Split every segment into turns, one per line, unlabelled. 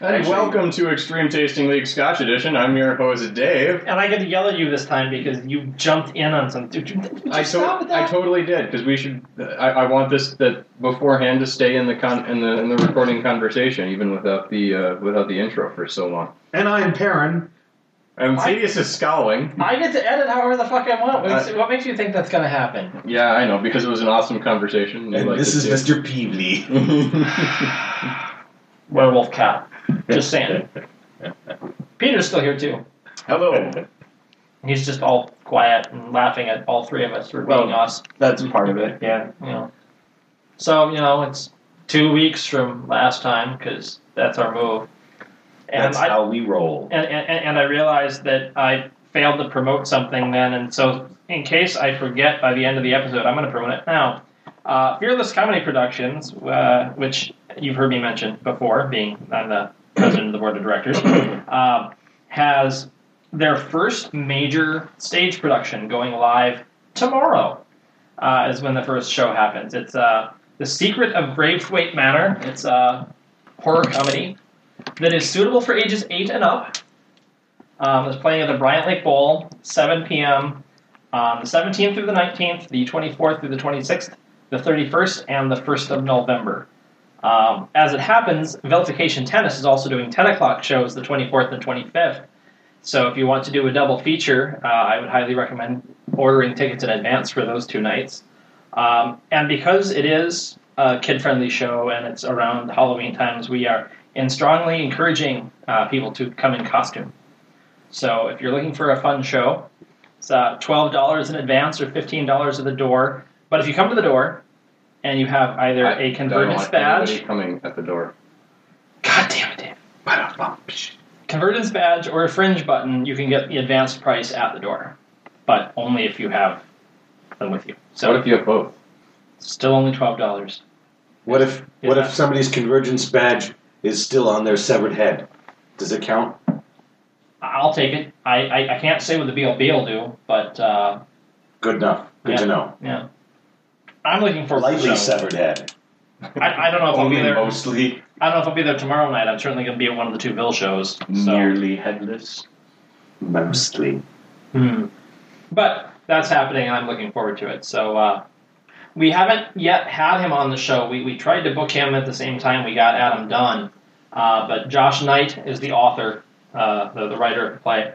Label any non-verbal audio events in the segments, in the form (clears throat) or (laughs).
And
Actually-
welcome to Extreme Tasting League Scotch Edition. I'm your host, Dave.
And I get to yell at you this time because you jumped in on some. Dude, would you
I, to-
stop with that?
I totally did because we should. I, I want this that beforehand to stay in the con in the in the recording conversation, even without the uh, without the intro for so long.
And I am Perrin.
And
I-
Tedious is scowling.
I get to edit however the fuck I want. What makes, what makes you think that's gonna happen?
Yeah, I know because it was an awesome conversation. You
And
liked
this
it
is
too.
Mr. Peevely.
(laughs)
Werewolf cat. Just
(laughs)
saying. Peter's still here too.
Hello.
He's just all quiet and laughing at all three of us for being
Well-
us.
That's part of it, yeah.
You know. So you know it's two weeks from last time because that's our move. And
That's
I,
how we roll.
and, and, and I realized that I failed to promote something then, and so in case I forget by the end of the episode, I'm going to promote it now. Uh, Fearless Comedy Productions, uh, which you've heard me mention before, being I'm the president of the board of directors, um, has their first major stage production going live tomorrow. Uh, is when the first show happens. It's uh, the Secret of Braithwaite Manor. It's a horror comedy that is suitable for ages eight and up. Um, it's playing at the Bryant Lake Bowl, 7 p.m. on um, the 17th through the 19th, the 24th through the 26th, the 31st, and the 1st of November. Um, as it happens, Veltification Tennis is also doing 10 o'clock shows the 24th and 25th. So if you want to do a double feature, uh, I would highly recommend ordering tickets in advance for those two nights. Um, and because it is a kid-friendly show and it's around Halloween times, we are in strongly encouraging uh, people to come in costume. So if you're looking for a fun show, it's uh, twelve dollars in advance or fifteen dollars at the door. But if you come to the door and you have either
I
a
don't
convergence
want
badge,
anybody coming at the door.
God damn it, Dave. Convergence badge or a fringe button, you can get the advanced price at the door, but only if you have them with you.
So what
So
if you have both?
still only twelve dollars.
What if
Yeah.
what if somebody's convergence badge is still on their severed head? Does it count?
I'll take it. I, I, I can't say what the BLB will do, but uh,
Good enough. Good
Yeah.
to know.
yeah, I'm looking for
Lightly
so-
severed head.
I, I don't know if I'll be
Only
there.
mostly
I don't know if I'll be there tomorrow night. I'm certainly going to be at one of the two Bill shows. So.
nearly headless. Mostly.
Hmm. But that's happening, and I'm looking forward to it. So uh, we haven't yet had him on the show. We, we tried to book him at the same time we got Adam Dunn, uh, but Josh Knight is the author, uh, the, the writer of the play,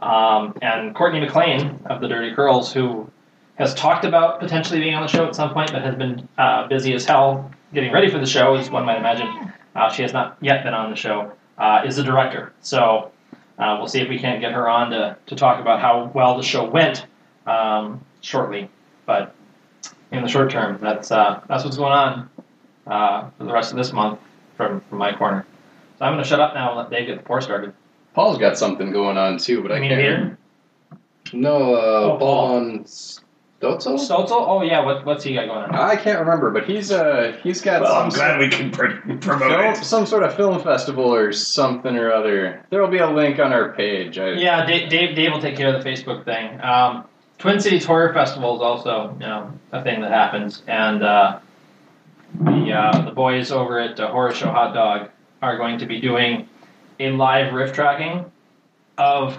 um, and Courtney McLean of the Dirty Girls, who has talked about potentially being on the show at some point, but has been uh, busy as hell getting ready for the show, as one might imagine. Uh, she has not yet been on the show. Uh, is the director, so uh, we'll see if we can't get her on to, to talk about how well the show went um, shortly. But in the short term, that's uh, that's what's going on uh, for the rest of this month from, from my corner. So I'm going to shut up now and let Dave get the pour started.
Paul's got something going on too, but I
you mean
can't.
here?
No, uh,
Oh,
Paul
Paul.
on Stotzel.
Stotzel? Oh, yeah. What, what's he got going on?
I can't remember, but he's uh he's got
Well,
some
I'm glad we can pr-
film,
promote it.
some sort of film festival or something or other. There will be a link on our page. I,
Yeah, Dave, Dave, Dave will take care of the Facebook thing. Um, Twin Cities Horror Festival is also you know, a thing that happens, and uh, the uh, the boys over at uh, Horror Show Hot Dog are going to be doing a live riff tracking of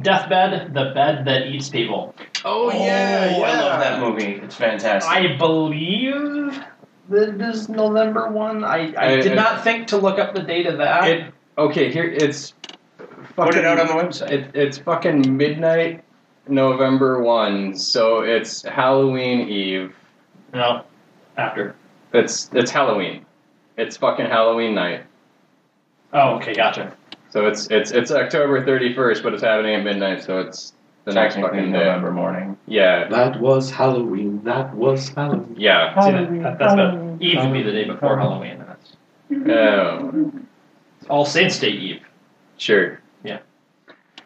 Deathbed, the bed that eats people.
Oh yeah, yeah.
I love that movie. It's fantastic.
I believe that is November one. I, I,
I-
did
I-
not think to look up the date of that.
It, okay, here it's.
Put
fucking-
it out on the website.
It, it's fucking midnight, November one. So it's Halloween Eve.
no, after.
It's it's Halloween. It's fucking Halloween night.
Oh, okay, gotcha.
So it's it's it's October thirty first, but it's happening at midnight. So it's the next fucking day.
morning.
Yeah,
that was Halloween. That was Halloween.
yeah.
See, that, that's about Eve would be the day before Halloween. and That's
Oh,
it's All Saints Day Eve.
sure.
Yeah.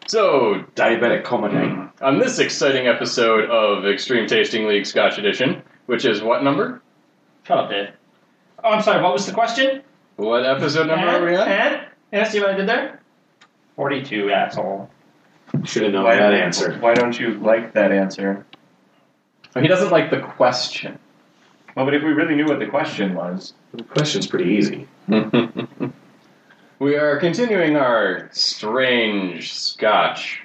So
Diabetic coma night.
On this exciting episode of Extreme Tasting League Scotch Edition, which is what number?
Shut up, Dave. Oh, I'm sorry. What was the question?
What episode number
and,
are we
(laughs)
on?
And, and see what I did there? Forty-two, asshole.
Should have known
Why-
that answer.
Why don't you like that answer?
He doesn't like the question.
Well, but if we really knew what the question was,
The question's pretty easy.
(laughs) We are continuing our strange Scotch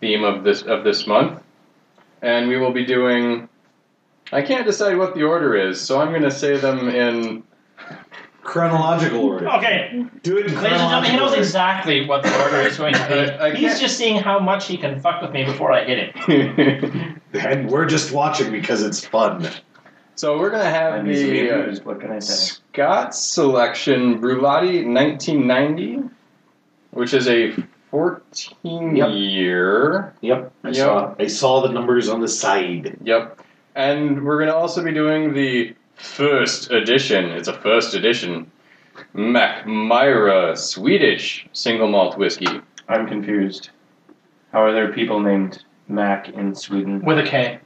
theme of this of this month, and we will be doing. I can't decide what the order is, so I'm going to say them in. (laughs)
Chronological order.
Okay,
Do it
ladies
in
and gentlemen, he
chronological
knows
order.
exactly what the order is going to
(laughs) I- I
be. He's
can't-
just seeing how much he can fuck with me before I hit him.
And we're just watching because it's fun.
so we're going to have
I'm easily
the uh,
amused. What can I say?
Scott Selection Brulati 1990, which is a 14
Yep.
year.
Yep. I saw. I saw the numbers on the side.
Yep. And we're going to also be doing the first edition. It's a first edition. Macmyra Swedish single malt whiskey.
I'm confused. How are there people named Mac in Sweden?
With a K.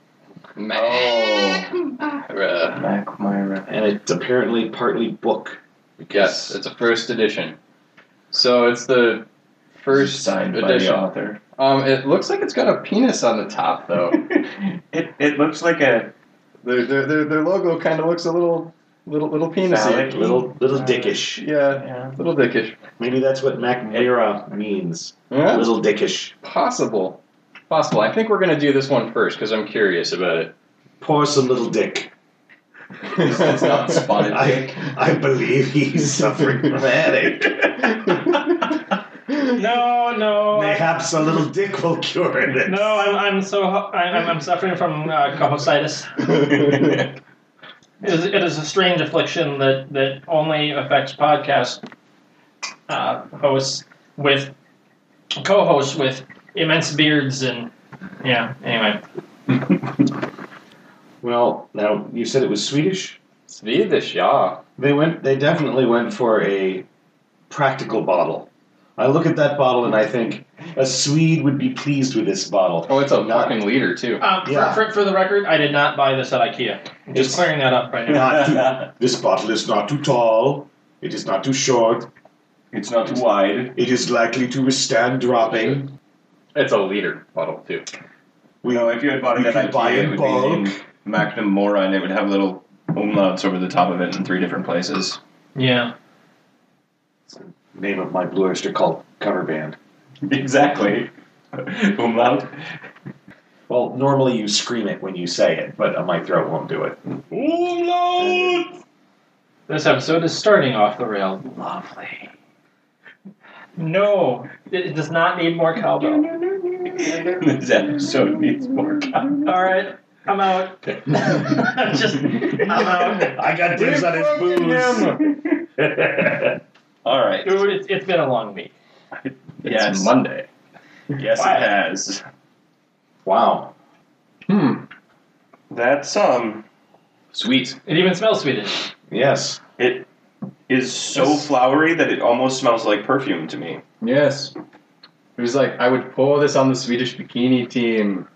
Oh.
Macmyra.
Mac Myra.
And it's apparently partly book.
Yes, it's a first edition. So it's the first
signed by the
edition.
author.
Um, it looks like it's got a penis on the top, (laughs) though.
(laughs) it it looks like a
their, their, their, their logo kind of looks a little little little penisy.
Phallic.
Little little
Uh,
dickish.
Yeah,
yeah.
little dickish.
Maybe that's what MacMira means.
Yeah, it's
Little dickish.
possible. Possible. I think we're gonna do this one first because I'm curious about it.
Pour some little dick.
It's
(laughs)
not spotted
I, I believe he's suffering from a
(laughs)
headache.
No, no. I-
Mayhaps a little dick will cure this.
No, I'm, I'm so I- I'm, I'm suffering from uh, cohositis. It is, it is a strange affliction that, that only affects podcast uh, hosts with co-hosts with immense beards and yeah. Anyway,
Well, now you said it was Swedish.
Swedish, yeah.
They went. They definitely went for a practical bottle. I look at that bottle and I think a Swede would be pleased with this bottle.
Oh, it's a
Not-
fucking leader too.
um, for-
Yeah.
for, for, the record, I did not buy this at IKEA. Just
It's-
clearing that up right now.
Not too, this bottle is not too tall. It is not too short.
(laughs) It's not too wide.
It is likely to withstand dropping.
It's a leader bottle
(laughs)
too.
We
No, if you had bought it
You
at
could
IKEA,
buy it
it would
bulk.
be named Magnum Mora, and it would have little umlauts over the top of it in three different places.
Yeah.
name of my Blue Oyster called cover band.
Exactly. (laughs) umlaut.
Well, normally you scream it when you say it, but uh, my throat won't do it.
This episode is starting off the rail. Lovely. No, it, it does not need more cowbell.
this episode needs more time.
All right, I'm out. Just I'm out.
I got dibs on his booze.
All right.
Dude, it's, it's been a long week.
It's
Yes.
Monday.
Yes, it
Why?
has.
(laughs) wow.
(laughs) Hmm.
That um
Sweet.
It even smells Swedish.
Yes.
is so flowery that it almost smells like perfume to me.
Yes. It was like I would pour this on the Swedish bikini team,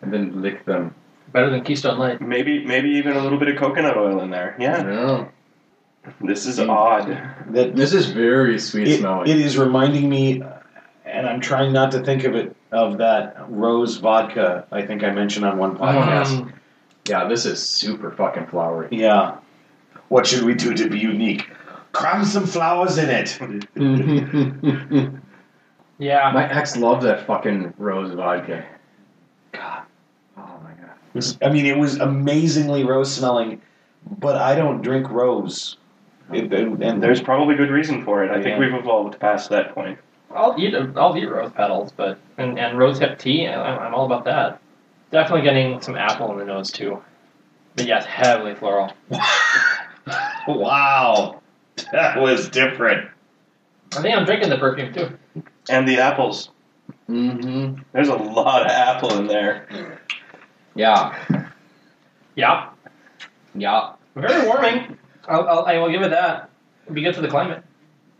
and then lick them.
Better than Keystone Light.
Maybe maybe even a little bit of coconut oil in there.
I
Yeah.
don't know.
This is
Mm.
odd.
That
This is very sweet
It-
smelling.
it is reminding me, and I'm trying not to think of it of that rose vodka. I think I mentioned on one podcast.
Um,
yeah, this is super fucking flowery.
Yeah. What should we do to be unique? Cram some flowers in it.
My
yeah.
ex loved that fucking rose vodka. God. Oh my god.
I mean, it was amazingly rose smelling, but I don't drink rose. It- and, and
There's probably good reason for it. I
Yeah.
think we've evolved past that point.
I'll eat I'll eat rose petals, but and, and rose hip tea. I'm, I'm all about that. Definitely getting some apple in the nose too. But yes, heavily floral.
wow, that was different.
I think I'm drinking the perfume too.
And the apples.
Mm-hmm.
There's a lot of apple in there.
Yeah.
Yeah,
Yeah.
very warming. I'll, I'll I will give it that. It'd be good for the climate.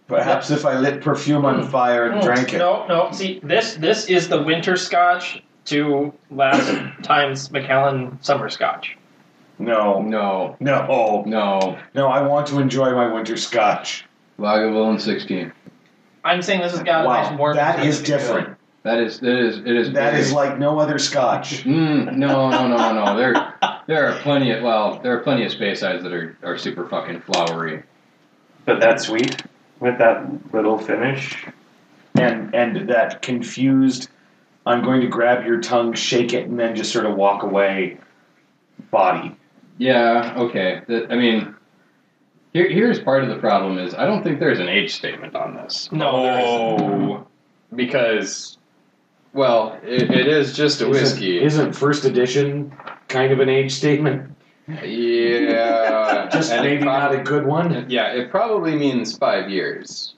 Perhaps if I lit perfume on fire and drank it.
No, no. See, this this is the winter scotch to last time's Macallan summer scotch.
No,
Oh, No.
no,
No.
no. I want to enjoy my winter scotch.
Lagavulin 16.
I'm saying this has got a nice warm.
that is different.
That is. It is. It is.
That
very-
is like no other scotch.
Mm, no, no, no, no. There, there are plenty of. Well, there are plenty of space eyes that are, are super fucking flowery.
But that's sweet.
with that little finish.
and and that confused i'm going to grab your tongue shake it and then just sort of walk away body
Yeah. Okay. That, I mean, here, here's part of the problem is I don't think there's an age statement on this
No, there isn't.
because, well, it, it is just a whiskey.
isn't, isn't first edition kind of an age statement
yeah.
just
and it
maybe not
prob-
a good one
Yeah, it probably means five years.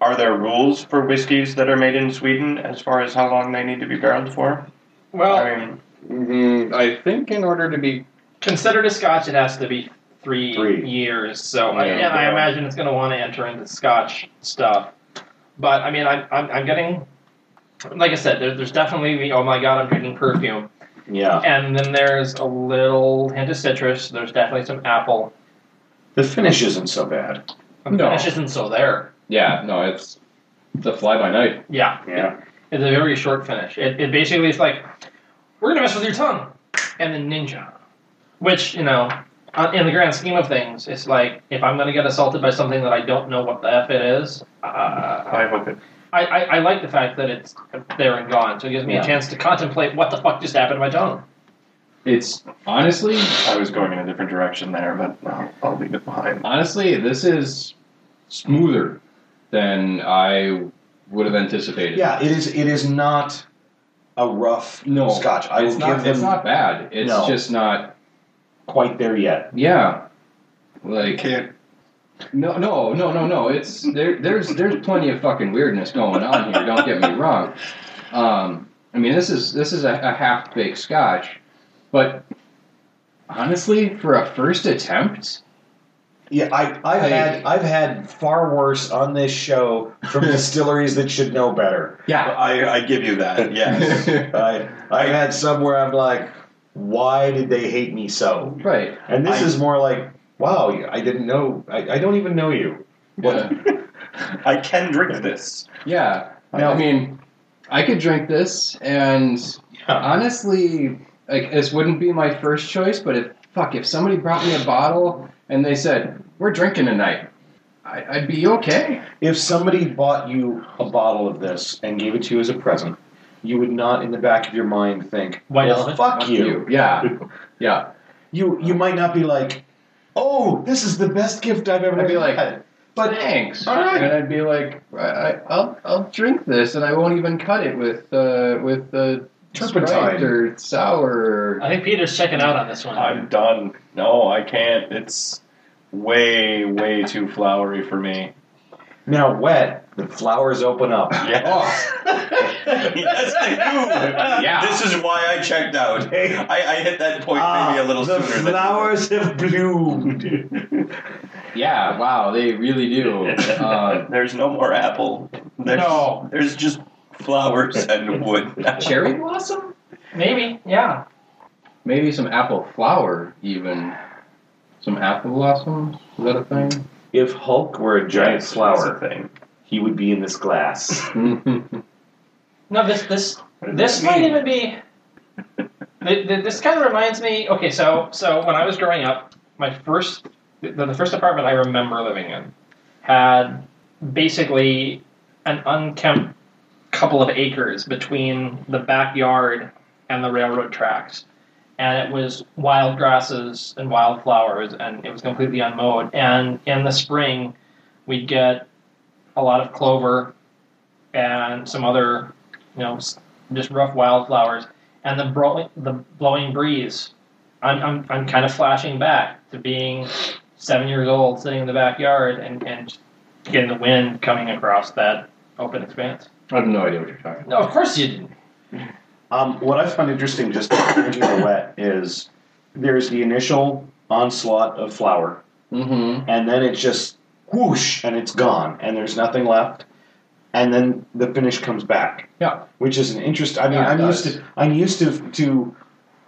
Are there rules for whiskeys that are made in Sweden as far as how long they need to be barreled for?
Well,
I mean,
Mm, I think in order to be
considered a Scotch, it has to be three,
Three.
years. So,
Yeah.
and I imagine it's going to want to enter into Scotch stuff. But I mean, I'm, I'm, I'm getting, like I said, there, there's definitely the oh my god, I'm drinking perfume.
yeah
And then there's a little hint of citrus. There's definitely some apple.
the finish isn't so bad
The
No.
finish isn't so there.
yeah, no, it's it's a fly by night.
Yeah,
yeah
it's a very short finish. It, it basically is like, we're gonna mess with your tongue, and then ninja, which you know, on- in the grand scheme of things, it's like if I'm gonna get assaulted by something that I don't know what the f it is, uh,
I hope it.
I, I I like the fact that it's there and gone. So it gives me
Yeah.
a chance to contemplate what the fuck just happened to my tongue.
It's honestly,
I was going in a different direction there, but no, I'll leave it behind.
honestly, this is smoother than I would have anticipated.
yeah it is it is not a rough
No,
scotch i
it's
will
not,
give them
It's not bad. It's
No.
just not.
quite there yet
Yeah, like
can't.
no, no, no, no, no. It's there. There's there's plenty of fucking weirdness going on here. Don't get me wrong. Um, I mean, this is this is a, a half baked scotch, but honestly, for a first attempt,
yeah I, i've
Hey.
had i've had far worse on this show (laughs) from distilleries that should know better
yeah,
I, I give you that. Yes.
I, I've had some where I'm like, why did they hate me so?
(laughs) right.
And this
I-
is more like, wow, I didn't know, I, I don't even know you.
Yeah.
I can drink this.
yeah. Uh, I mean, I could drink this, and
Yeah.
Honestly, like this wouldn't be my first choice, but if fuck, if somebody brought me a bottle and they said we're drinking tonight, I, I'd be okay.
If somebody bought you a bottle of this and gave it to you as a present, you would not in the back of your mind think,
White
well,
elephant?
fuck you.
Yeah, yeah.
You you might not be like, oh, this is the best gift I've ever
I'd be like,
had.
But thanks.
All right.
And I'd be like, I, I- I'll I'll drink this, and I won't even cut it with uh, with uh,
Turpentine.
Sprite or sour.
(laughs) I think Peter's checking out on this one.
(laughs)
I'm done. No, I can't. It's way, way too flowery for me.
Now wet, the flowers open up.
Yes. (laughs)
Oh,
yes, they do.
Yeah.
This is why I checked out.
Hey.
I, I hit that point maybe a little
Ah, the
sooner. (laughs)
flowers have bloomed.
Yeah, wow, they really
(laughs)
do.
Than...
Uh,
There's no more apple. There's,
No.
There's just flowers and wood.
cherry blossom?
(laughs) Maybe, yeah.
Maybe some apple flower, even. Some apple blossoms? Is that a thing?
If Hulk were a giant
Yes, that's
flower,
the thing.
he would be in this glass.
No, this this
What does
This
that
might
mean?
even be. th- th- This kind of reminds me. Okay, so so when I was growing up, my first the, the first apartment I remember living in had basically an unkempt couple of acres between the backyard and the railroad tracks, and it was wild grasses and wildflowers, and it was completely unmowed. And in the spring, we'd get a lot of clover and some other, you know, s- just rough wildflowers, and the bro- the blowing breeze. I'm, I'm, I'm kind of flashing back to being seven years old, sitting in the backyard, and, and getting the wind coming across that open expanse.
I have no idea what you're talking
No, of course you didn't.
Um, what I found interesting just (coughs) drinking the wet is there's the initial onslaught of flower,
about. Mm-hmm.
and then it just whoosh and it's gone, and there's nothing left, and then the finish comes back.
Yeah.
Which is an interest. I mean,
Yeah, it
I'm used
does.
to. I'm used to to.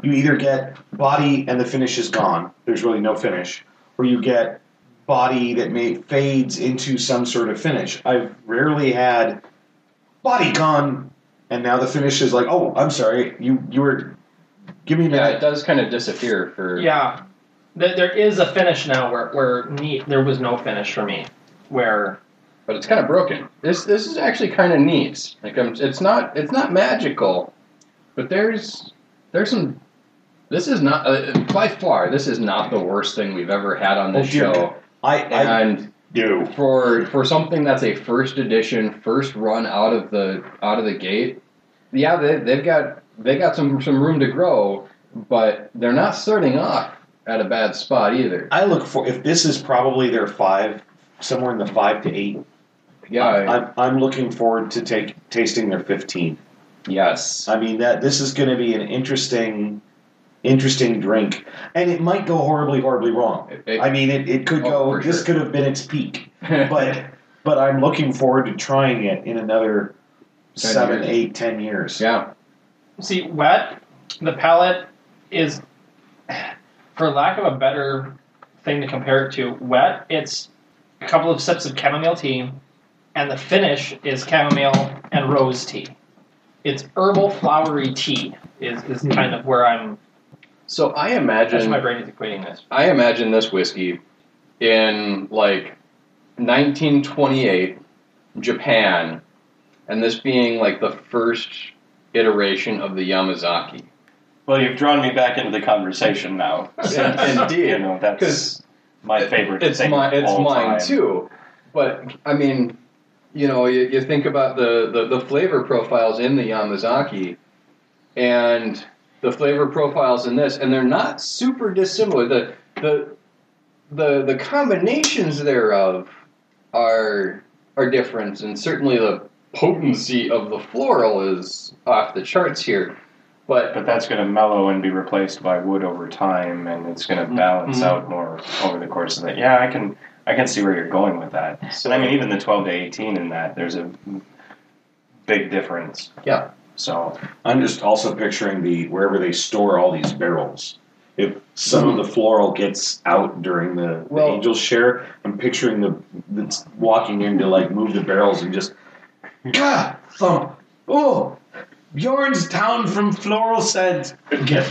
You either get body and the finish is gone. There's really no finish, or you get body that may fades into some sort of finish. I've rarely had body gone, and now the finish is like, oh, I'm sorry, you you were. Give me a
Yeah, it
minute.
does kind of disappear for.
Yeah, There- there is a finish now where where neat there was no finish for me, where
but it's kind of broken. This this is actually kind of neat. Like I'm, it's not it's not magical, but there's there's some. This is not uh, by far. This is not the worst thing we've ever had on this
Oh, dear.
show.
I, I
And
do.
for for something that's a first edition, first run out of the out of the gate, yeah, they, they've got they got some some room to grow, but they're not starting off at a bad spot either.
I look for if this is probably their five, somewhere in the five to eight.
Yeah,
I'm, I'm looking forward to take tasting their fifteen.
yes.
I mean that this is going to be an interesting, interesting drink, and it might go horribly, horribly wrong.
It- it-
I mean, it, it could
Oh,
go.
for
This
sure.
could have been its peak,
(laughs)
but but I'm looking forward to trying it in another
Ten
seven,
years.
eight, ten years.
yeah,
See, wet, the palate is, for lack of a better thing to compare it to, wet, it's a couple of sips of chamomile tea, and the finish is chamomile and rose tea. It's herbal flowery tea, is, is kind of where I'm,
so I
that's
imagine
my brain is equating this.
I imagine this whiskey in like 1928 Japan, and this being like the first iteration of the Yamazaki.
Well, you've drawn me back into the conversation now.
(laughs) Yeah, indeed.
You know, that's
'Cause
my
it-
favorite
It's
thing
mine.
of
It's
all
mine
time.
too. But I mean, you know, you, you think about the, the the flavor profiles in the Yamazaki, and the flavor profiles in this, and they're not super dissimilar. The the the the combinations thereof are are different, and certainly the potency of the floral is off the charts here. But
But that's going to mellow and be replaced by wood over time, and it's going to balance
Mhm.
out more over the course of it. Yeah, I can, I can see where you're going with that.
so
And I mean, even the 12 to 18 in that, there's a big difference.
Yeah.
So
I'm just also picturing the wherever they store all these barrels. If some of the floral gets out during the, the
Well-
angel's share, I'm picturing the that's walking in to like move the barrels and just God thump. Oh, Bjorn's town from floral scent. Get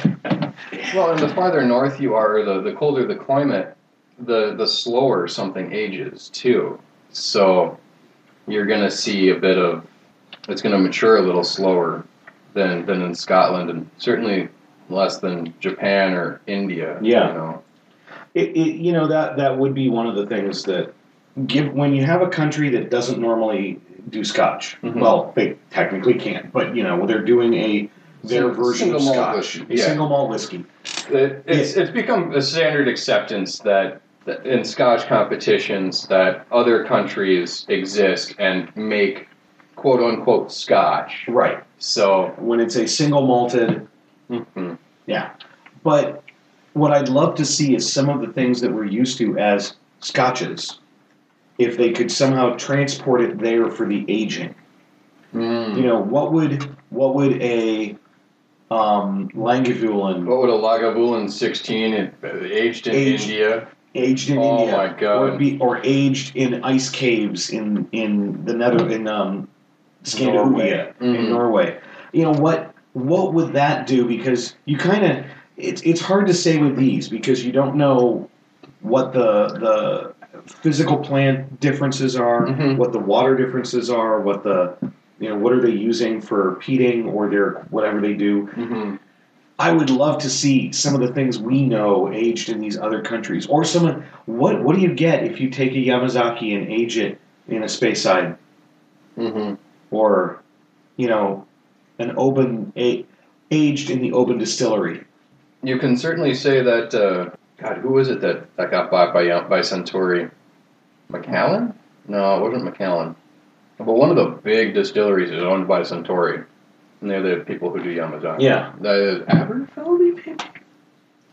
Well, and the farther north you are, or the, the colder the climate, the the slower something ages too. So you're gonna see a bit of it's gonna mature a little slower than than in Scotland, and certainly less than Japan or India.
Yeah.
you know.
it, it, you know that that would be one of the things that give when you have a country that doesn't normally do scotch
Mhm.
well they technically can't but you know they're doing a
Sing-
their version
single
of
malt
scotch
whiskey,
a
yeah.
single malt whiskey
It, it's it's become a standard acceptance that. that In Scotch competitions, that other countries exist and make "quote unquote" Scotch.
right
So,
when it's a single malted
mhm.
but what i'd love to see is some of the things that we're used to as scotches if they could somehow transport it there for the aging
Mm.
you know what would what would a um, Langevulin
What would a Lagavulin 16 in- aged in
Aged.
India?
aged in
Oh
India,
my God.
or be or aged in ice caves in in the nether in um, Scandinavia
Norway. Mhm.
in Norway. You know what what would that do? Because you kind of it's it's hard to say with these because you don't know what the the physical plant differences are,
Mhm.
what the water differences are, what the you know what are they using for peating or their whatever they do.
Mhm.
I would love to see some of the things we know aged in these other countries, or some of what what do you get if you take a Yamazaki and age it in a space side,
Mhm.
or you know, an open a, aged in the open distillery.
You can certainly say that. Uh, God, who was it that, that got bought by uh, by Centauri? McAllen? No, it wasn't McAllen. But one of the big distilleries is owned by Centauri, and they're the people who do Yamazaki.
Yeah,
The Aberfeldy people?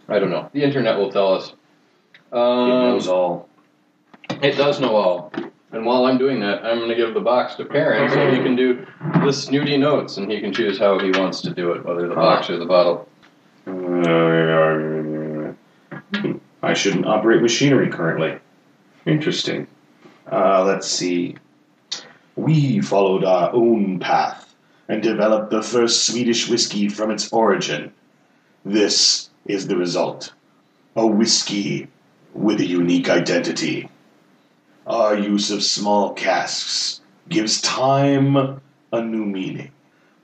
I don't know. The internet will tell us. Um,
it knows all.
It does know all. And while I'm doing that, I'm going to give the box to Perrin so he can do the snooty notes and he can choose how he wants to do it, whether the box or the bottle.
I shouldn't operate machinery currently. Interesting. Uh, let's see. We followed our own path and developed the first Swedish whiskey from its origin. This is the result a whiskey with a unique identity. uh, use of small casks gives time a new meaning.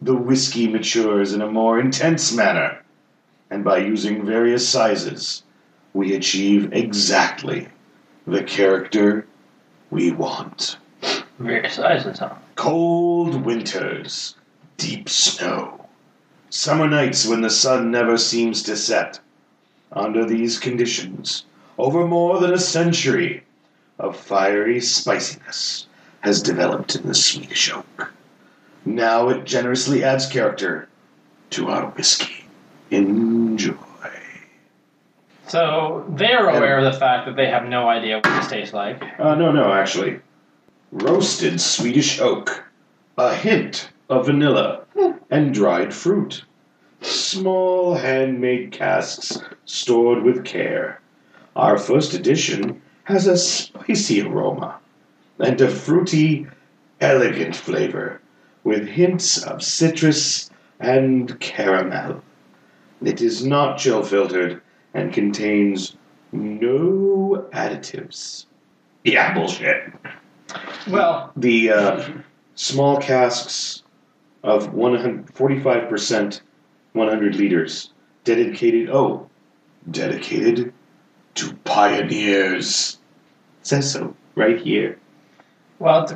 The whiskey matures in a more intense manner, and by using various sizes, we achieve exactly the character we want.
Various sizes, huh?
Cold winters, deep snow, summer nights when the sun never seems to set. Under these conditions, over more than a century of fiery spiciness has developed in the Swedish oak. Now it generously adds character to our whiskey. Enjoy.
So they're aware of the fact that they have no idea what this tastes like.
Uh, no, no, actually. Roasted Swedish oak, a hint of vanilla, and dried fruit. Small handmade casks stored with care. Our first edition has a spicy aroma and a fruity, elegant flavor with hints of citrus and caramel. It is not chill filtered and contains no additives. Yeah, bullshit.
Well,
The uh, small casks of 145 percent, 100 liters, dedicated. Oh, dedicated to pioneers. It says so right here.
well, it's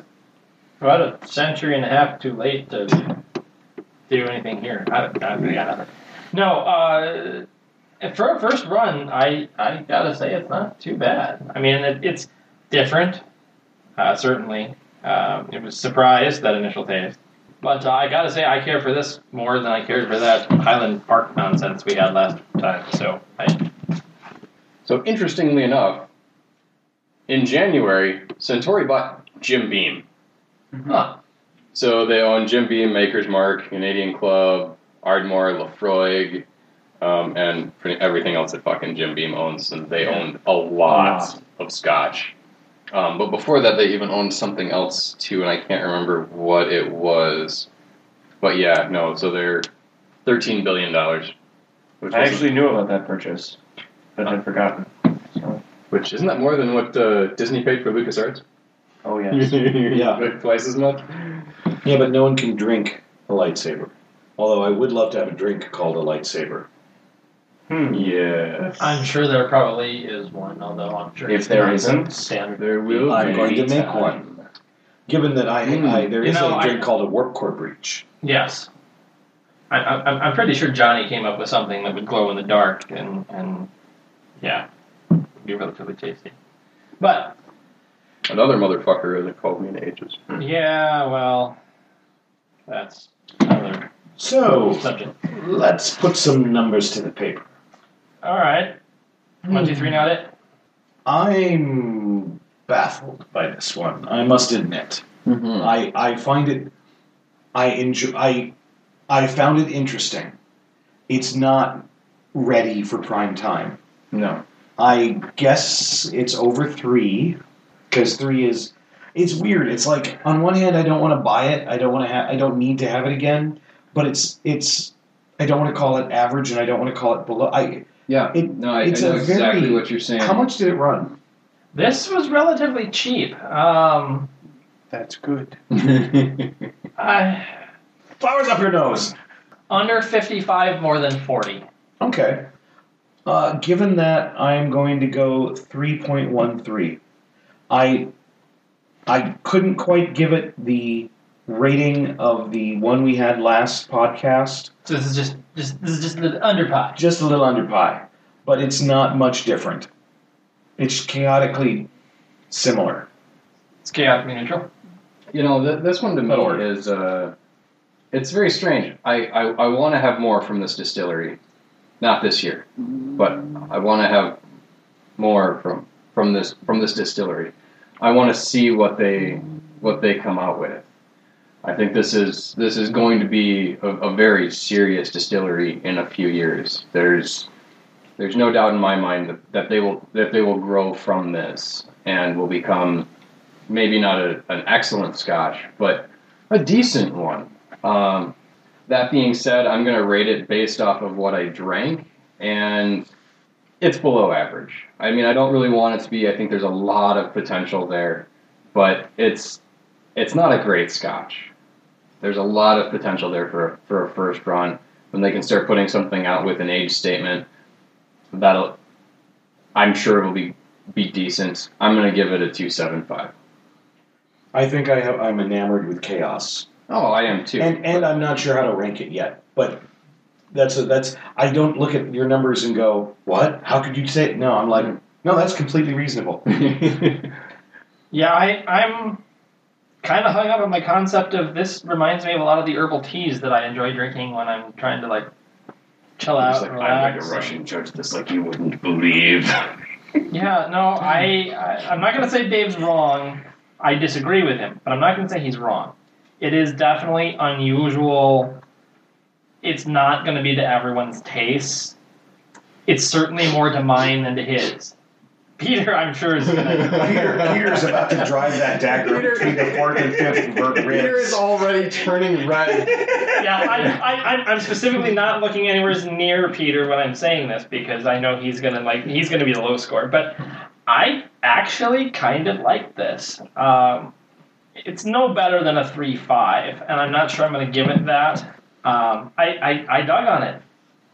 about a century and a half too late to do anything here. I, I, I got nothing. No, uh, for a first run, I I gotta say it's not too bad. I mean, it, it's different, uh, certainly. Um, it was surprised that initial taste, but uh, I gotta say I care for this more than I cared for that Highland Park nonsense we had last time. So I,
So interestingly enough, in January, Centauri bought Jim Beam.
huh.
So they own Jim Beam, Maker's Mark, Canadian Club, Ardmore, Lafroig, um, and pretty everything else that fucking Jim Beam owns. And they owned a lot of scotch. Um, but before that, they even owned something else too, and I can't remember what it was. But yeah, no. So they're thirteen billion dollars. Which
I
wasn't-
actually knew about that purchase, but I'd forgotten. So,
which isn't that more than what uh, Disney paid for LucasArts?
oh yes.
yeah,
Yeah.
twice as much.
Yeah, but no one can drink a lightsaber. Although I would love to have a drink called a lightsaber.
Hmm.
Yes.
I'm sure there probably is one, although I'm sure
If
it's
there
not
isn't,
standard.
There will
I'm
be.
going to make one. Given that I,
Mm.
I there
You
is
know,
a
I-
drink called a warp core breach.
Yes. I, I, I'm- I'm pretty sure Johnny came up with something that would glow in the dark and, and yeah, be relatively tasty. But,
Another motherfucker hasn't called me in ages.
yeah, well, that's another
So
subject.
let's put some numbers to the paper.
All right. One, two, three, not it?
I'm baffled by this one. I must admit. I, I find it I enjoy I I found it interesting. It's not ready for prime time.
No.
I guess it's over three because three is it's weird. It's like on one hand I don't want to buy it. I don't want to ha- I don't need to have it again. But it's it's I don't want to call it average and I don't want to call it below. I
Yeah,
It-
no, I,
it's
I know
a
exactly
very-
what you're saying.
how much did it run?
This was relatively cheap. Um,
That's good.
I,
Flowers up your nose.
under 55, more than 40.
Okay. Uh, given that, I'm going to go 3.13. I I couldn't quite give it the rating of the one we had last podcast,
So this is just, just this is just the underpot.
just a little under pi, but it's not much different. It's chaotically similar.
It's chaotic neutral.
you know, th- this one to me
That'll work.
is uh, it's very strange. I I, I want to have more from this distillery, not this year, but I want to have more from from this from this distillery. I want to see what they what they come out with. I think this is this is going to be a, a very serious distillery in a few years. There's there's no doubt in my mind that, that they will that they will grow from this and will become maybe not a, an excellent scotch, but a decent one. Um, that being said, I'm going to rate it based off of what I drank, and it's below average. I mean, I don't really want it to be. I think there's a lot of potential there. but it's it's not a great scotch. There's a lot of potential there for for a first run when they can start putting something out with an age statement. That'll, I'm sure it'll be be decent. I'm gonna give it a two seven five.
I think I have, I'm enamored with chaos,
Oh, I am too.
and and I'm not sure how to rank it yet. But that's a, that's I don't look at your numbers and go, what? How could you say? No, I'm like, no, that's completely reasonable.
Yeah, I, I'm kind of hung up on my concept of this. Reminds me of a lot of the herbal teas that I enjoy drinking when I'm trying to like chill out,
He's like, I'm going
relax.
to Russian judge this like you wouldn't
(laughs)
believe.
Yeah, no, I, I I'm not gonna say Dave's wrong. I disagree with him, but I'm not gonna say he's wrong. It is definitely unusual. It's not gonna be to everyone's taste. It's certainly more to mine than to his. (laughs) Peter, I'm sure is gonna.
Peter, Peter's about to drive that dagger
Peter-
between the fourth and
(laughs)
fifth vertebrae.
already turning red.
yeah, I, I, I'm- I'm specifically not looking anywhere near Peter when I'm saying this because I know he's gonna like he's gonna be the low score. But I actually kind of like this. Um, it's no better than a three five, and I'm not sure I'm gonna give it that. Um, I, I I dug on it.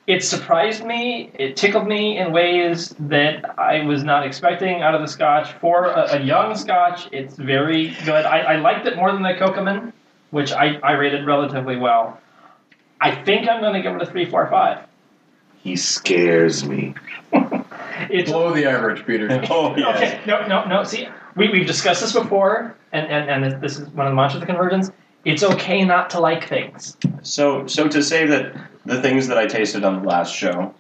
It surprised me. It tickled me in ways that I was not expecting out of the Scotch. For a, a young Scotch, it's very good. I, I liked it more than the Kokoman which I, I rated relatively well. I think I'm going to give it a three, four, five.
He scares me.
It's
Below the average,
(laughs)
Peter.
Oh yes.
okay. No, no, no. See, we, we've discussed this before, and, and, and this is one of the mantras of the convergence. It's okay not to like things.
So, so to say that the things that I tasted on the last show,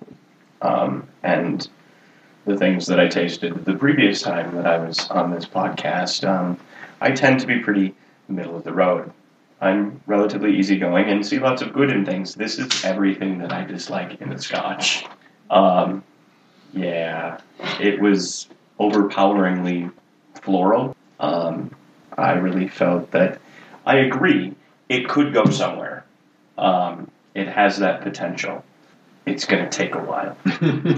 um, and the things that I tasted the previous time that I was on this podcast, um, I tend to be pretty middle of the road. I'm relatively easygoing and see lots of good in things. This is everything that I dislike in a Scotch. Um, yeah, it was overpoweringly floral. Um, I really felt that. I agree. It could go somewhere um, it has that potential. It's going to take a while.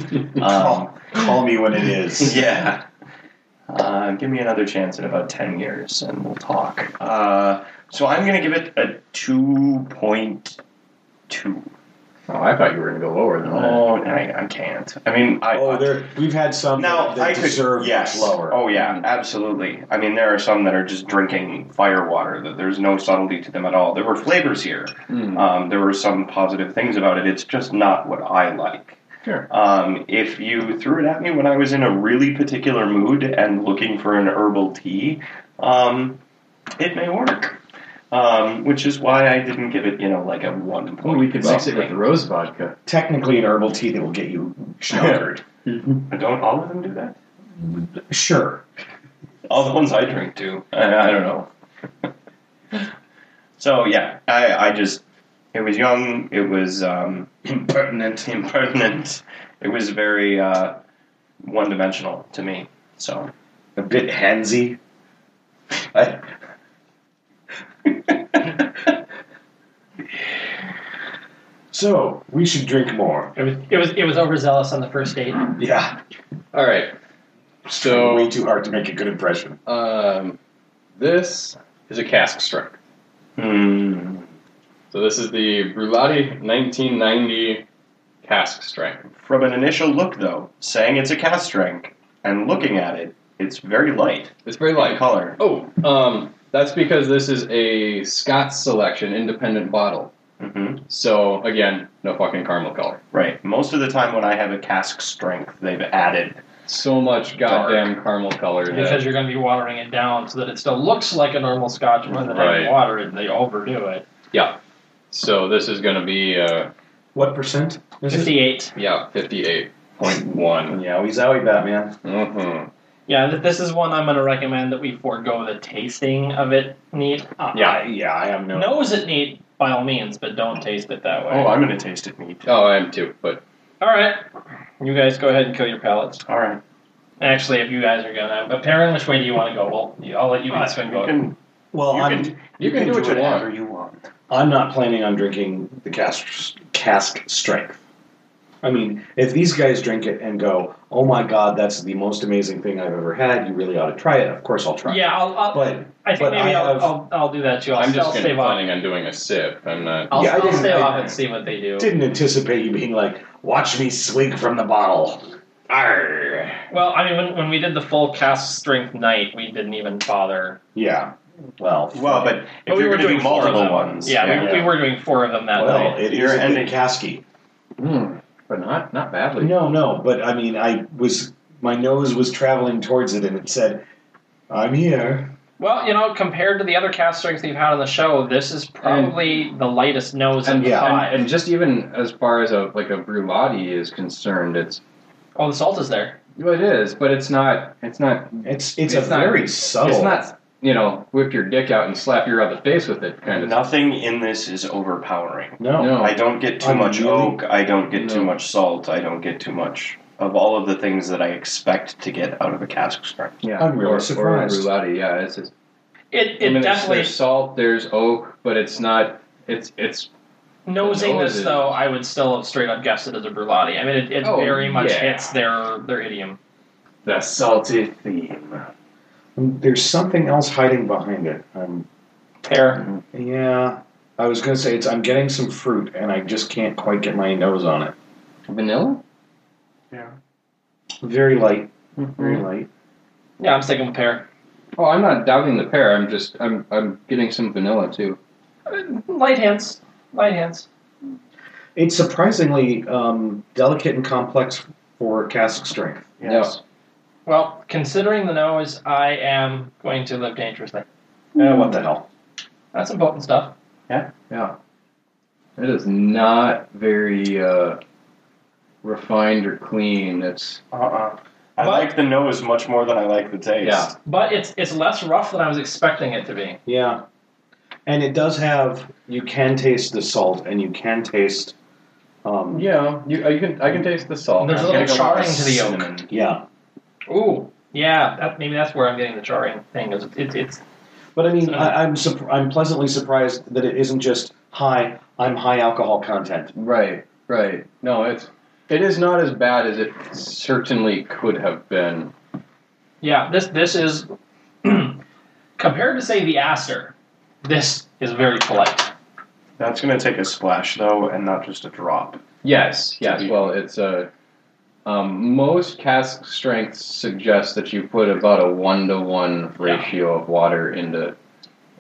Um,
call, call me when it is.
(laughs) yeah. Uh, give me another chance in about 10 years and we'll talk. Uh, so I'm going to give it a 2.2.
Oh, I thought you were going to go lower than that.
Oh, I, I can't. I mean, I.
Oh, there, we've had some
now
that
I could
deserve
yes.
lower.
Oh yeah, absolutely. I mean, there are some that are just drinking fire water. That there's no subtlety to them at all. There were flavors here.
Mm.
Um, there were some positive things about it. It's just not what I like.
Sure.
Um, if you threw it at me when I was in a really particular mood and looking for an herbal tea, um, it may work. Um, which is why I didn't give it, you know, like a one point.
Well, we could mix it with
something.
rose vodka.
Technically, an herbal tea that will get you
(laughs)
schnockered.
Don't all of them do that?
sure.
All the ones I drink do. I, I don't know. (laughs) so yeah, I, I just it was young. It was um, (clears throat) impertinent. (laughs) Impertinent. It was very uh, one dimensional to me. So (laughs)
A bit handsy. I, so, we should drink more.
It was, it was, it was overzealous on the first date.
Yeah.
(laughs) All right. So,
Way too hard to make a good impression.
um, this is a cask strength.
hmm,
So this is the Brulati 1990 cask strength.
from an initial look, though, saying it's a cast drink and looking at it, it's very light
It's very
in
light.
color.
Oh, um, that's because this is a Scott's Selection independent bottle.
hmm
So again, no fucking caramel color.
Right. Most of the time, when I have a cask strength, they've added
So much goddamn caramel color.
Because
That,
you're going to be watering it down so that it still looks like a normal scotch when they
Right.
water it, they overdo it.
so this is going to be uh,
What percent? Is it?
58.
yeah 58.1.
Yeah, we zowie that, man.
Mm-hmm.
Yeah, th- this is one I'm going to recommend that we forego the tasting of it neat. Uh,
Yeah.
I, yeah, I have no.
Nose it neat by all means, but don't taste it that way.
Oh, I'm gonna taste it neat.
Oh, I am too. But
All right, you guys go ahead and kill your pellets.
All right.
Actually, if you guys are gonna, but Perrin, which way do you want to go? Well, I'll let you guys swing
Uh, You
vote.
can,
Well,
you
I'm,
can
you, can, do what you want.
you want.
I'm not planning on drinking the cask, cask strength. I mean, if these guys drink it and go, "Oh my god, that's the most amazing thing I've ever had," you really ought to try it. Of course, I'll try.
Yeah, I'll,
it.
I'll,
But
I think
but
maybe
I
I'll,
have-
I'll, I'll do that too. I'll,
I'm
I'll
just gonna-
stay off.
planning on doing a sip. I'm not.
I'll,
Yeah, I
I'll
didn't-
stay
I-
off and see what they do.
didn't anticipate you being like, "Watch me swig from the bottle." Arr.
Well, I mean, when, when we did the full cast strength night, we didn't even bother.
Yeah. Well.
Well, but if
But Oh, we
you're
were
going to
doing
do
four of
multiple
them.
ones,
Yeah,
Yeah.
We, we were doing four of them that
well,
night.
it
You're
is a
ending-
big casky.
Mm, but not not badly.
No, no, but I mean, I was my nose was traveling towards it, and it said, "I'm here."
Well, you know, compared to the other cast strengths we've had on the show, this is probably the lightest nose of
And,
the
yeah,
five.
Uh, and, and just even as far as a like a brulati is concerned, it's
oh, the salt is there.
well, it is, but it's not. It's not.
It's it's,
It's
a
not-
very subtle.
It's not. You know, whip your dick out and slap your other face with it, kind of.
nothing in this is overpowering.
no.
No.
I don't get too
I'm
much
really-
oak. I don't get
No.
too much salt. I don't get too much of all of the things that I expect to get out of a cask strength.
Yeah,
I'm really
or, Or a
surprised.
brulati, yeah, it's just,
It,
I
it
mean, there's,
definitely
there's salt, there's oak, but it's not. It's it's
nosing
nose
this
is-
though, I would still have straight up guessed it as a brulati. I mean, it, it
Oh,
very much
yeah.
hits their their idiom.
the salty theme.
Um, There's something else hiding behind it. I'm,
Pear.
yeah. I was gonna say it's. I'm getting some fruit, and I just can't quite get my nose on it.
Vanilla.
Very light.
Mm-hmm.
Very light.
Yeah, I'm sticking with pear.
Oh, I'm not doubting the pear. I'm just I'm I'm getting some vanilla too.
Uh, Light hints. Light hints.
It's surprisingly um, delicate and complex for cask strength.
Yes.
Well, considering the nose, I am going to live dangerously.
Eh,
Mm.
what the hell?
That's some potent stuff.
It is not very uh, refined or clean. It's
Uh-uh. I
But-
like the nose much more than I like the taste.
Yeah.
But it's it's less rough than I was expecting it to be.
Yeah. And it does have. You can taste the salt, and you can taste. Um,
yeah. You, you can I can taste the salt.
There's a
I'm
little
getting lot of
charring to the yolk.
Cinnamon.
yeah.
Ooh, yeah. That, maybe that's where I'm getting the jarring thing. Is it, it's
But I mean,
Cinnamon.
I, I'm surp- I'm pleasantly surprised that it isn't just high. I'm high alcohol content.
Right, right. No, it's it is not as bad as it certainly could have been.
yeah. This this is (clears throat) compared to say the aster. This is very polite.
That's going to take a splash, though, and not just a drop.
Yes, yes. Well, it's a um, most cask strengths suggest that you put about a one to one ratio of water into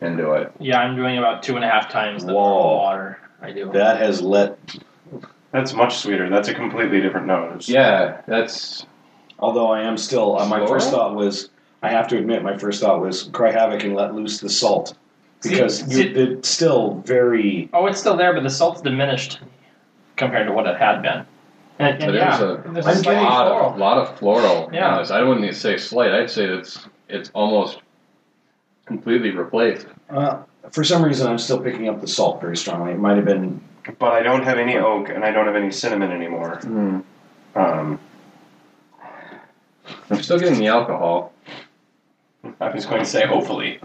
into it.
Yeah, I'm doing about two and a half times the
Whoa.
normal water. I do.
That has let.
That's much sweeter. That's a completely different nose.
Yeah, that's
Although I am still, uh, my
Slower?
first thought was, I have to admit, my first thought was cry havoc and let loose the salt
See-
because you,
see-
it's still very.
oh, it's still there, but the salt's diminished compared to what it had been. And, and
But it
yeah,
is a-
there's
I'm
a
slight
getting
lot
floral.
of, lot of floral. in
Yeah.
this. I wouldn't even say slight. I'd say it's it's almost completely replaced.
Uh, for some reason, I'm still picking up the salt very strongly. It might have been.
But I don't have any oak, and I don't have any cinnamon anymore.
Hmm.
Um,
I'm still getting the alcohol.
I was going to say, hopefully.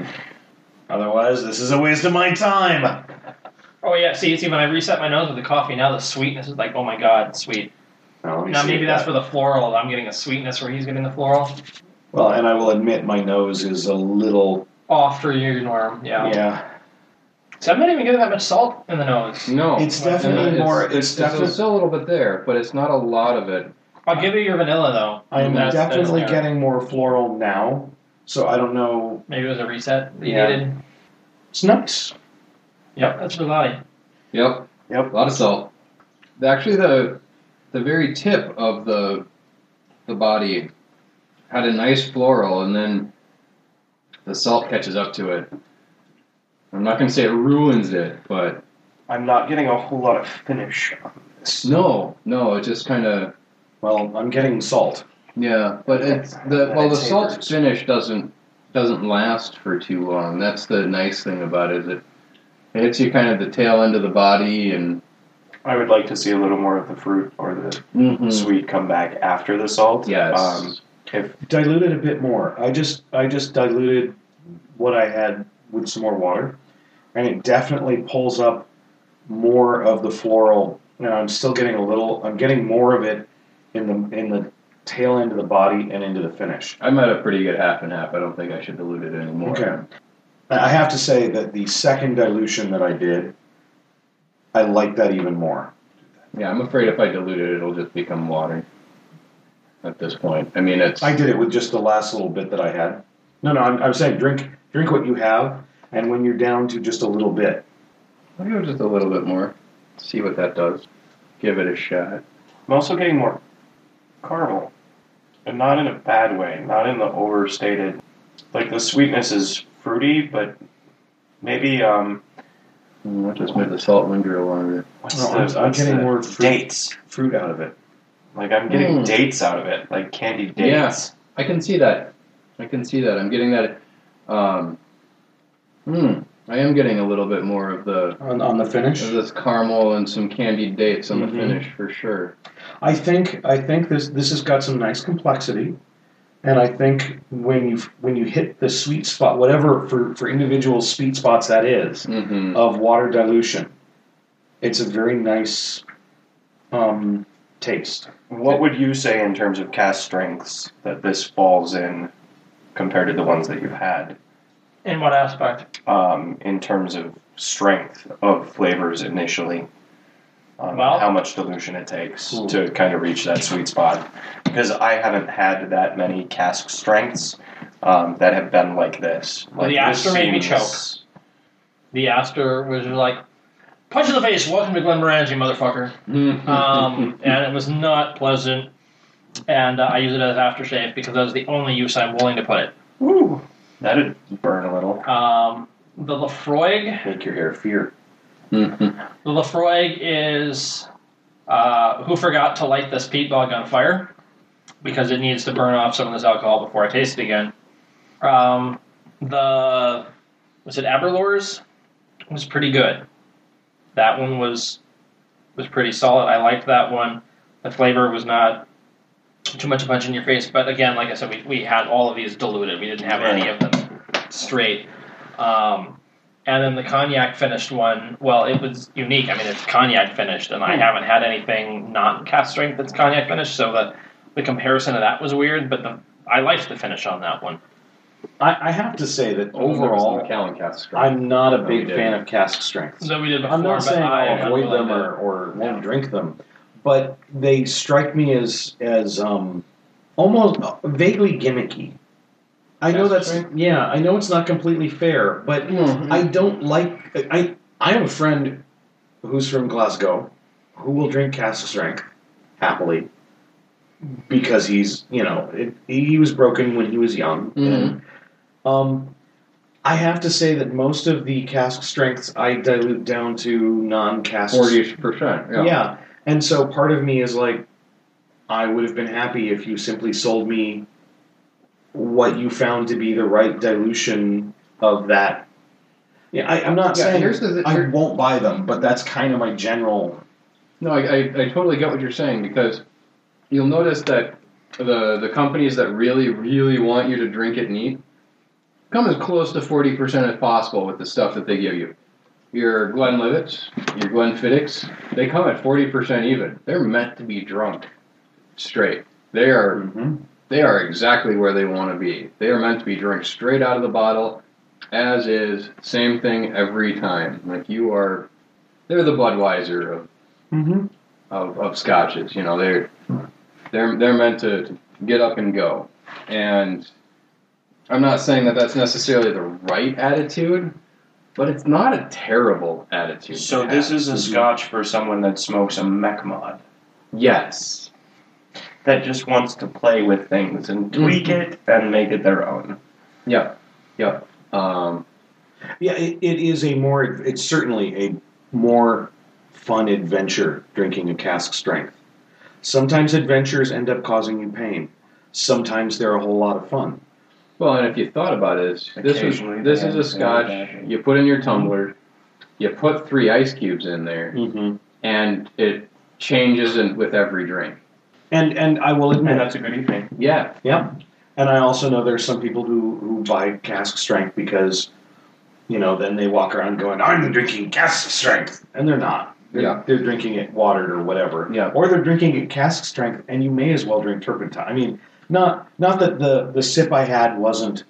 Otherwise, this is a waste of my time.
Oh yeah, see, see, when I reset my nose with the coffee, now the sweetness is like, oh my god, sweet.
Now, let me
Now
see
maybe
if
that's
that-
for the floral. I'm getting a sweetness where he's getting the floral
well. And I will admit, my nose is a little.
off for you, Norm. Yeah.
Yeah,
So I'm not even getting that much salt in the nose.
No,
it's
Well,
definitely
it's-
more. It's,
It's,
definitely.
there's still a little bit there, but it's not a lot of it.
I'll give you your vanilla though.
I am
That's- that's
definitely
there.
getting more floral now, so I don't know.
Maybe it was a reset that you
Yeah.
needed.
It's nice.
Yep, that's brulati.
Yep.
Yep.
A lot of salt. The- Actually, the the very tip of the the body had a nice floral, and then the salt catches up to it. I'm not gonna say it ruins it, but
I'm not getting a whole lot of finish.
no, no, it just kind of
Well, I'm getting salt.
yeah. But it's the well, the
It
salt
tapers.
finish doesn't doesn't last for too long. That's the nice thing about it. It it hits you kind of the tail end of the body and
I would like to see a little more of the fruit or the
Hmm.
sweet come back after the salt.
yes.
Mm-hmm. Um, if
Diluted a bit more. I just I just diluted what I had with some more water, and it definitely pulls up more of the floral No, I'm still getting a little. I'm getting more of it in the in the tail end of the body and into the finish.
I'm at a pretty good half and half. I don't think I should dilute it anymore.
Okay. I I have to say that the second dilution that I did, I like that even more.
Yeah, I'm afraid if I dilute it, it'll just become water. At this point, I mean, it's
I did it with just the last little bit that I had. No, no, I'm, I'm saying drink drink what you have, and when you're down to just a little bit.
I'll give it just a little bit more. See what that does. Give it a shot.
I'm also getting more caramel, and not in a bad way, not in the overstated. Like the sweetness is fruity, but maybe um,
Mm, that just made the salt linger longer.
what's
No,
the
I'm, Oh, I'm
what's
getting
the-
more fruit, Hmm.
dates?
fruit out of it.
Like I'm getting
Mm.
dates out of it, like candy
Yeah.
dates.
I can see that. I can see that. I'm getting that. Um, mm, I am getting a little bit more of the
On, on the finish,
of this caramel and some candied dates on
Mhm.
the finish for sure.
I think I think this this has got some nice complexity, and I think when you when you hit the sweet spot, whatever for for individual sweet spots that is
Mm-hmm.
of water dilution, it's a very nice um, taste.
What would you say in terms of cast strengths that this falls in compared to the ones that you've had?
In what aspect?
Um, in terms of strength of flavors initially, um,
Well-
how much dilution it takes
Ooh.
to kind of reach that sweet spot? Because I haven't had that many cask strengths um, that have been like this.
Well, the
Like, this
Aster made me
seems-
The Aster was like, punch in the face, welcome to Glenmorangie, motherfucker.
(laughs)
Mm-hmm.
Um, and it was not pleasant. And uh, I use it as aftershave because that was the only use I'm willing to put it.
Ooh, that'd burn a little.
Um, the Lefroig
Make your hair fear.
Mm-hmm.
The Lefroy is uh, who forgot to light this peat bog on fire because it needs to burn off some of this alcohol before I taste it again. Um, the was it Aberlours was pretty good. That one was was pretty solid. I liked that one. The flavor was not too much punch in your face, but again, like I said, we, we had all of these diluted. We didn't have any of them straight. Um, and then the cognac finished one. Well, it was unique. I mean, it's cognac finished, and I haven't had anything not cast strength that's cognac finished. So the the comparison of that was weird, but the I liked the finish on that one.
I, I have to say that
the
overall,
Callan cast strength.
I'm not a
No,
big
we
fan of cask strength.
So we did before.
I'm not
but
saying
I
I'll
am
avoid
willing
them
to-
or, or won't drink them, but they strike me as as um, almost vaguely gimmicky. I know that's
Asterisk?
yeah. I know it's not completely fair, but
Mm-hmm.
I don't like. I I have a friend who's from Glasgow who will drink cask strength happily because he's you know it, he was broken when he was young. And, um, I have to say that most of the cask strengths I dilute down to non cask.
Forty percent.
Yeah.
Yeah.
and so part of me is like, I would have been happy if you simply sold me what you found to be the right dilution of that. Yeah, I, I'm not
Yeah,
saying
here's the-
I
here-
won't buy them, but that's kind of my general.
No, I, I, I totally get what you're saying because you'll notice that the the companies that really really want you to drink it neat come as close to forty percent as possible with the stuff that they give you. Your Glenlivets, your Glenfiddich, they come at forty percent even. They're meant to be drunk straight. They are they are exactly where they want to be. They are meant to be drank straight out of the bottle, as is, same thing every time. Like you are, they're the Budweiser of
Mm-hmm.
of, of scotches. You know, they're they're they're meant to get up and go. And I'm not saying that that's necessarily the right attitude, but it's not a terrible attitude. to
So this
have.
is a scotch for someone that smokes a mech mod.
yes.
that just wants to play with things and tweak it and make it their own.
Um,
Yeah, it, it is a more. It's certainly a more fun adventure drinking a cask strength. Sometimes adventures end up causing you pain. Sometimes they're a whole lot of fun.
well, and if you thought about it, it's- this is
Occasionally,
this
yeah,
is
yeah,
a scotch.
exactly.
You put in your tumbler, you put three ice cubes in there,
Mm-hmm.
and it changes in, with every drink.
And and I will admit,
And that's a good evening.
Yeah,
And I also know there's some people who, who buy cask strength because, you know, then they walk around going, I'm drinking cask strength. And they're not. They're,
Yeah.
they're drinking it watered or whatever.
Yeah.
Or they're drinking it cask strength, and you may as well drink turpentine. I mean, not not that the the sip I had wasn't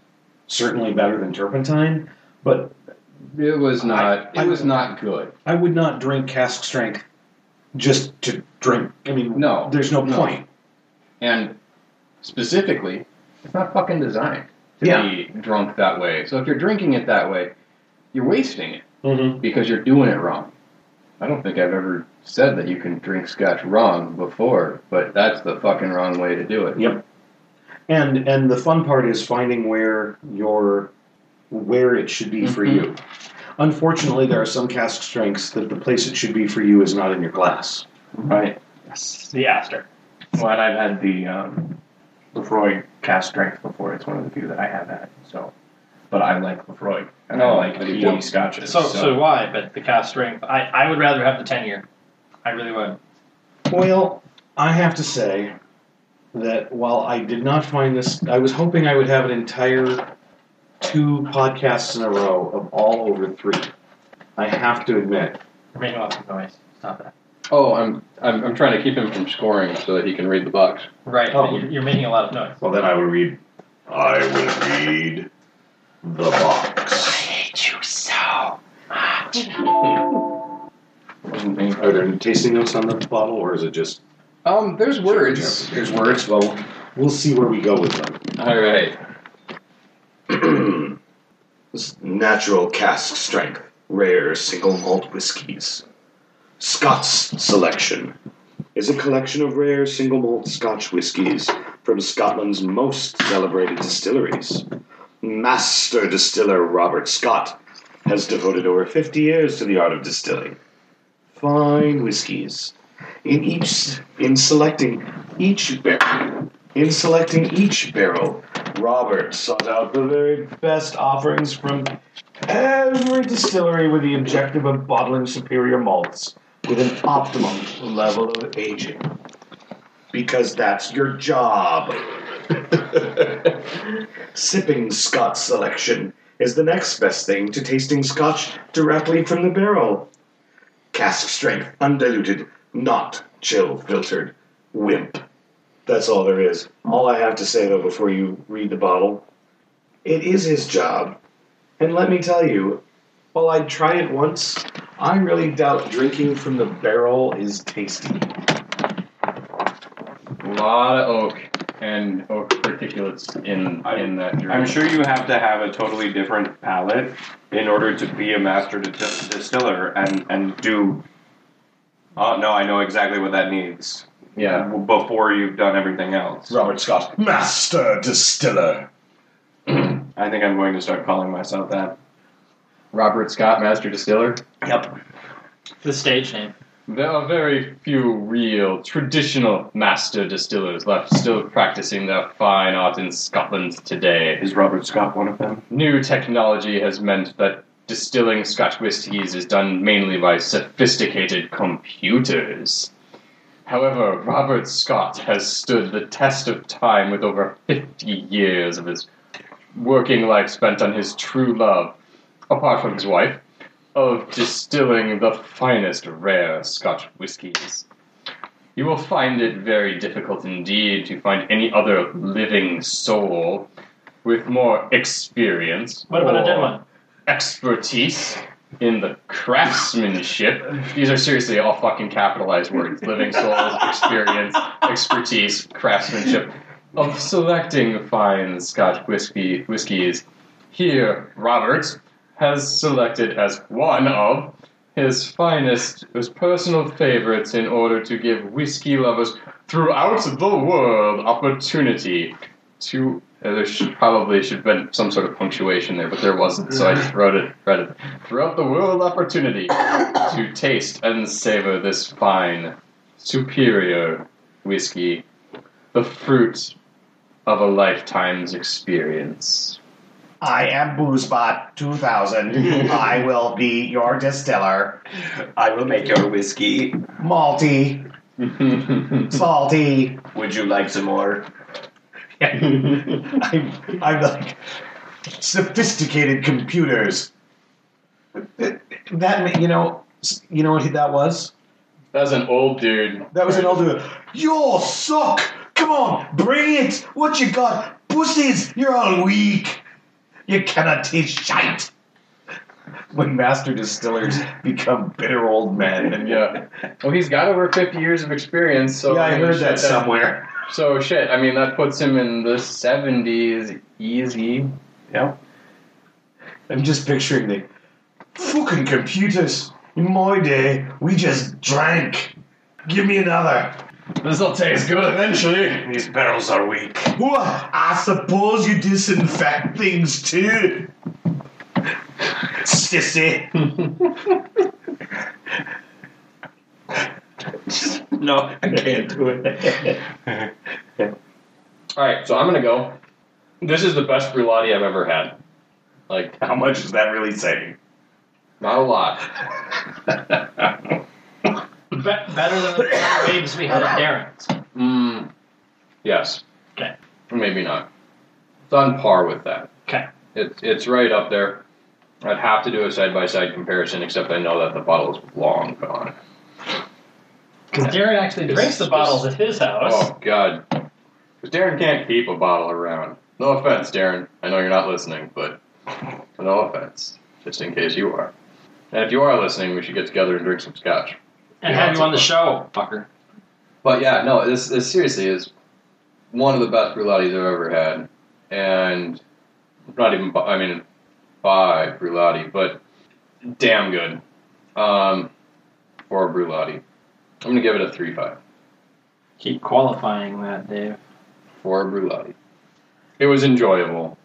certainly better than turpentine, but
It was not.
I-
it was not good.
I would not drink cask strength just to drink. I mean,
No,
there's no,
no.
point.
And specifically, it's not fucking designed to
Yeah.
be drunk that way. So if you're drinking it that way, you're wasting it
Mm-hmm.
because you're doing it wrong. I don't think I've ever said that you can drink scotch wrong before, but that's the fucking wrong way to do it.
Yep. And and the fun part is finding where your where it should be for
Mhm.
you. Unfortunately, there are some cask strengths that the place it should be for you is not in your glass.
Right.
The Aster.
Well, and I've had the um, Lefroy cast strength before. It's one of the few that I have had. So, but I like Lefroy and
Oh,
I like
but
peaty
you-
scotches.
So, so do I, but the cast strength. I, I would rather have the 10 year. I really would.
Well, I have to say that while I did not find this, I was hoping I would have an entire two podcasts in a row of all over three. I have to admit,
You're making lots of noise. Stop that.
Oh, I'm, I'm I'm trying to keep him from scoring so that he can read the box.
Right.
Oh.
but You're, you're making a lot of noise.
Well, then I would read. I would read the box.
Wasn't me.
Are there tasting notes on the bottle, or is it just
Um, there's words.
There's words. Well, we'll see where we go with them.
All right.
(clears throat) Natural cask strength, rare single malt whiskies. Scott's Selection is a collection of rare single malt Scotch whiskies from Scotland's most celebrated distilleries. Master distiller Robert Scott has devoted over 50 years to the art of distilling. Fine whiskies. In each, in selecting each barrel, in selecting each barrel, Robert sought out the very
Best offerings from every distillery with the objective of bottling superior malts with an optimum
level of aging. Because that's your job. (laughs) Sipping Scotch selection is the next best thing to tasting Scotch directly from the barrel. Cask strength, undiluted, not chill filtered. Wimp. That's all there is. All I have to say, though, before you read the bottle, it is his job. And let me tell you, while I'd try it once, I really doubt drinking from the barrel is tasty.
A lot of oak and oak particulates in
I-
in that. drink.
I'm sure you have to have a totally different palate in order to be a master dist- distiller and and do. Oh no, I know exactly what that needs. uh,
Yeah.
Before you've done everything else,
Robert Scott, master distiller.
I think I'm going to start calling myself that.
Robert Scott, master distiller.
The stage name.
There are very few real traditional master distillers left still practicing their fine art in Scotland today.
Is Robert Scott one of them?
New technology has meant that distilling Scotch whiskies is done mainly by sophisticated computers. However, Robert Scott has stood the test of time with over 50 years of his working life spent on his true love, apart from his wife, of distilling the finest rare Scotch whiskies. You will find it very difficult indeed to find any other living soul with more experience.
What about a
or
dead one?
Expertise in the craftsmanship. These are seriously all fucking capitalized words. Living souls, experience, expertise, craftsmanship of selecting fine Scotch whiskey whiskies. Here, Robert has selected as one of his finest, his personal favorites, in order to give whiskey lovers throughout the world opportunity to. uh, there should, probably should have been some sort of punctuation there, but there wasn't, so I just wrote it. Read it throughout the world opportunity to taste and savor this fine, superior whiskey, the fruit of a lifetime's experience.
(laughs)
I am Boozebot 2000. (laughs) I will be your distiller.
I will make your whiskey.
Malty, (laughs) salty.
Would you like some more?
I'm, I'm like sophisticated computers. That ma- you know,
S- You know what he- that was?
That was an old dude.
That was an old dude. Y'all suck! Come on, bring it! What you got? Pussies! You're all weak! You cannot taste shite! When master distillers become bitter old men.
(laughs) Yeah. Well, he's got over 50 years of experience, so.
yeah, I
mean,
heard
shit,
that somewhere.
So, shit, I mean, that puts him in the 70s easy.
I'm just picturing the fucking computers. In my day, we just drank. Give me another.
This'll taste good eventually. (laughs)
These barrels are weak. Well, I suppose you disinfect things too. Sissy. (laughs)
No, (laughs) I can't.
Alright, so I'm gonna go. This is the best brulati I've ever had. Like,
How much is that really saying?
not a lot.
Be- better than the waves we had at Darren's.
Mmm. Yes.
Okay.
Maybe not. It's on par with that.
Okay.
It's it's right up there. I'd have to do a side by side comparison, except I know that the bottle is long gone.
Because Darren actually
It's-
drinks the bottles at his house.
Oh God. 'Cause Darren can't keep a bottle around. No offense, Darren. I know you're not listening, but no offense. Just in case you are. And if you are listening, we should get together and drink some scotch.
and
yeah,
have
it's
you on the
okay.
show, fucker.
But yeah, no, this, this seriously is one of the best brulattis I've ever had, and not even bu- I mean by brulati, but damn good um, for a brulati. I'm gonna give it a three five
Keep qualifying that, Dave.
for a brulati. It was enjoyable.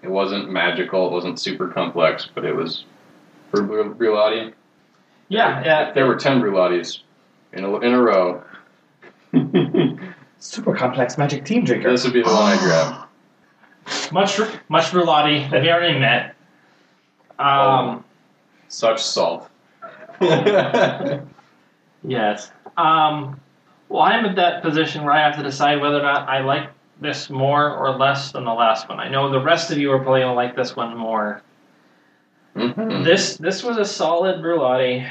It wasn't magical. It wasn't super complex, but it was for bru- brulati.
Yeah, yeah.
If there were ten brulatis in a, in a row,
Super complex magic team drinker.
this would be the one I grabbed.
Much, much Verlotti. We already met. Um,
Such salt. Mm-hmm.
Yes. Um, well, I'm at that position where I have to decide whether or not I like this more or less than the last one. I know the rest of you are probably going to like this one more.
Mhm.
This this was a solid Brulati.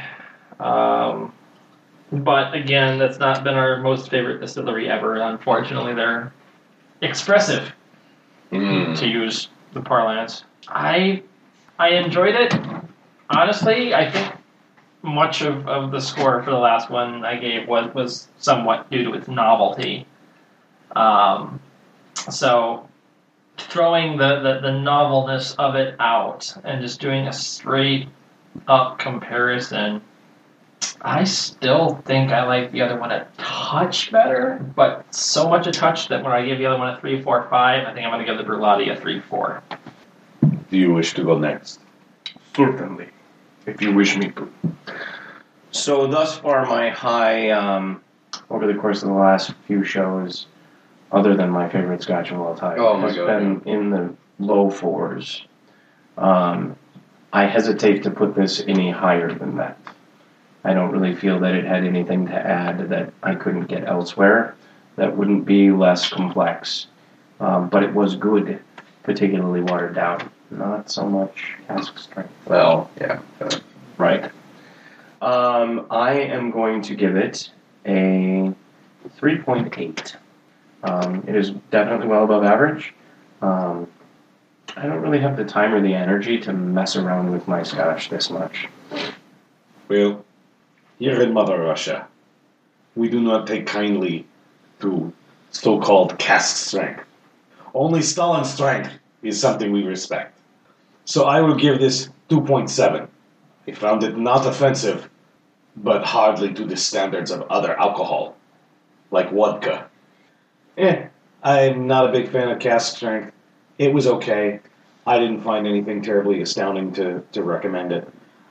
Um, but again, that's not been our most favorite distillery ever. Unfortunately, they're expressive,
Mm.
to use the parlance. I I enjoyed it. Honestly, I think much of, of the score for the last one I gave was, was somewhat due to its novelty. Um, so throwing the, the, the novelness of it out and just doing a straight up comparison, I still think I like the other one a touch better, but so much a touch that when I give the other one a three, four, five, I think I'm going to give the Brulati a 3, 4.
Do you wish to go next?
Certainly, if you wish me to. So, thus far, my high um, over the course of the last few shows, other than my favorite Scotch of all time,
Oh, my
has
God.
been in the low fours. Um, I hesitate to put this any higher than that. I don't really feel that it had anything to add that I couldn't get elsewhere that wouldn't be less complex. Um, but it was good, particularly watered down. Not so much cask strength.
Well, yeah.
Right. Um, I am going to give it a 3.8. Um, it is definitely well above average. Um, I don't really have the time or the energy to mess around with my Scotch this much.
Well, here in Mother Russia, we do not take kindly to so called caste strength. Only Stalin strength is something we respect. So I will give this 2.7. I found it not offensive, but hardly to the standards of other alcohol, like vodka. Eh, I'm not a big fan of cask strength. It was okay. I didn't find anything terribly astounding to, to recommend it.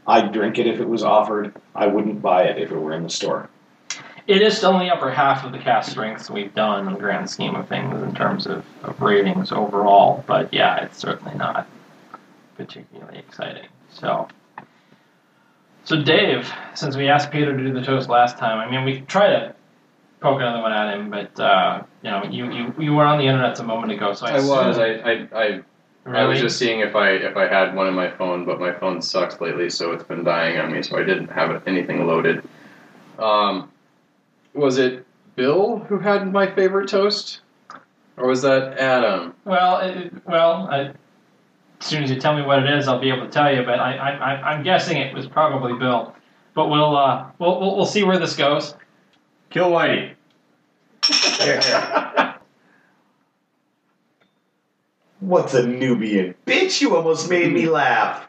I'd drink it if it was offered. I wouldn't buy it if it were in
(laughs)
the store.
It is still in the upper half of the cast strengths we've done in the grand scheme of things in terms of, of ratings overall, but yeah, it's certainly not particularly exciting. So, so Dave, since we asked Peter to do the toast last time, I mean, we tried to poke another one at him, but uh, you know, you, you you were on the internet a moment ago, so I,
I was.
assume-
I, I, I I
Really?
was just seeing if I if I had one in my phone, but my phone sucks lately, so it's been dying on me. So I didn't have anything loaded. Um, was it Bill who had my favorite toast, or was that Adam?
Well, it, it- well, I, as soon as you tell me what it is, I'll be able to tell you. But I, I, I I'm guessing it was probably Bill. But we'll, uh, we'll, we'll, we'll see where this goes.
Kill Whitey.
What's a Nubian?
Bitch, you almost made me laugh.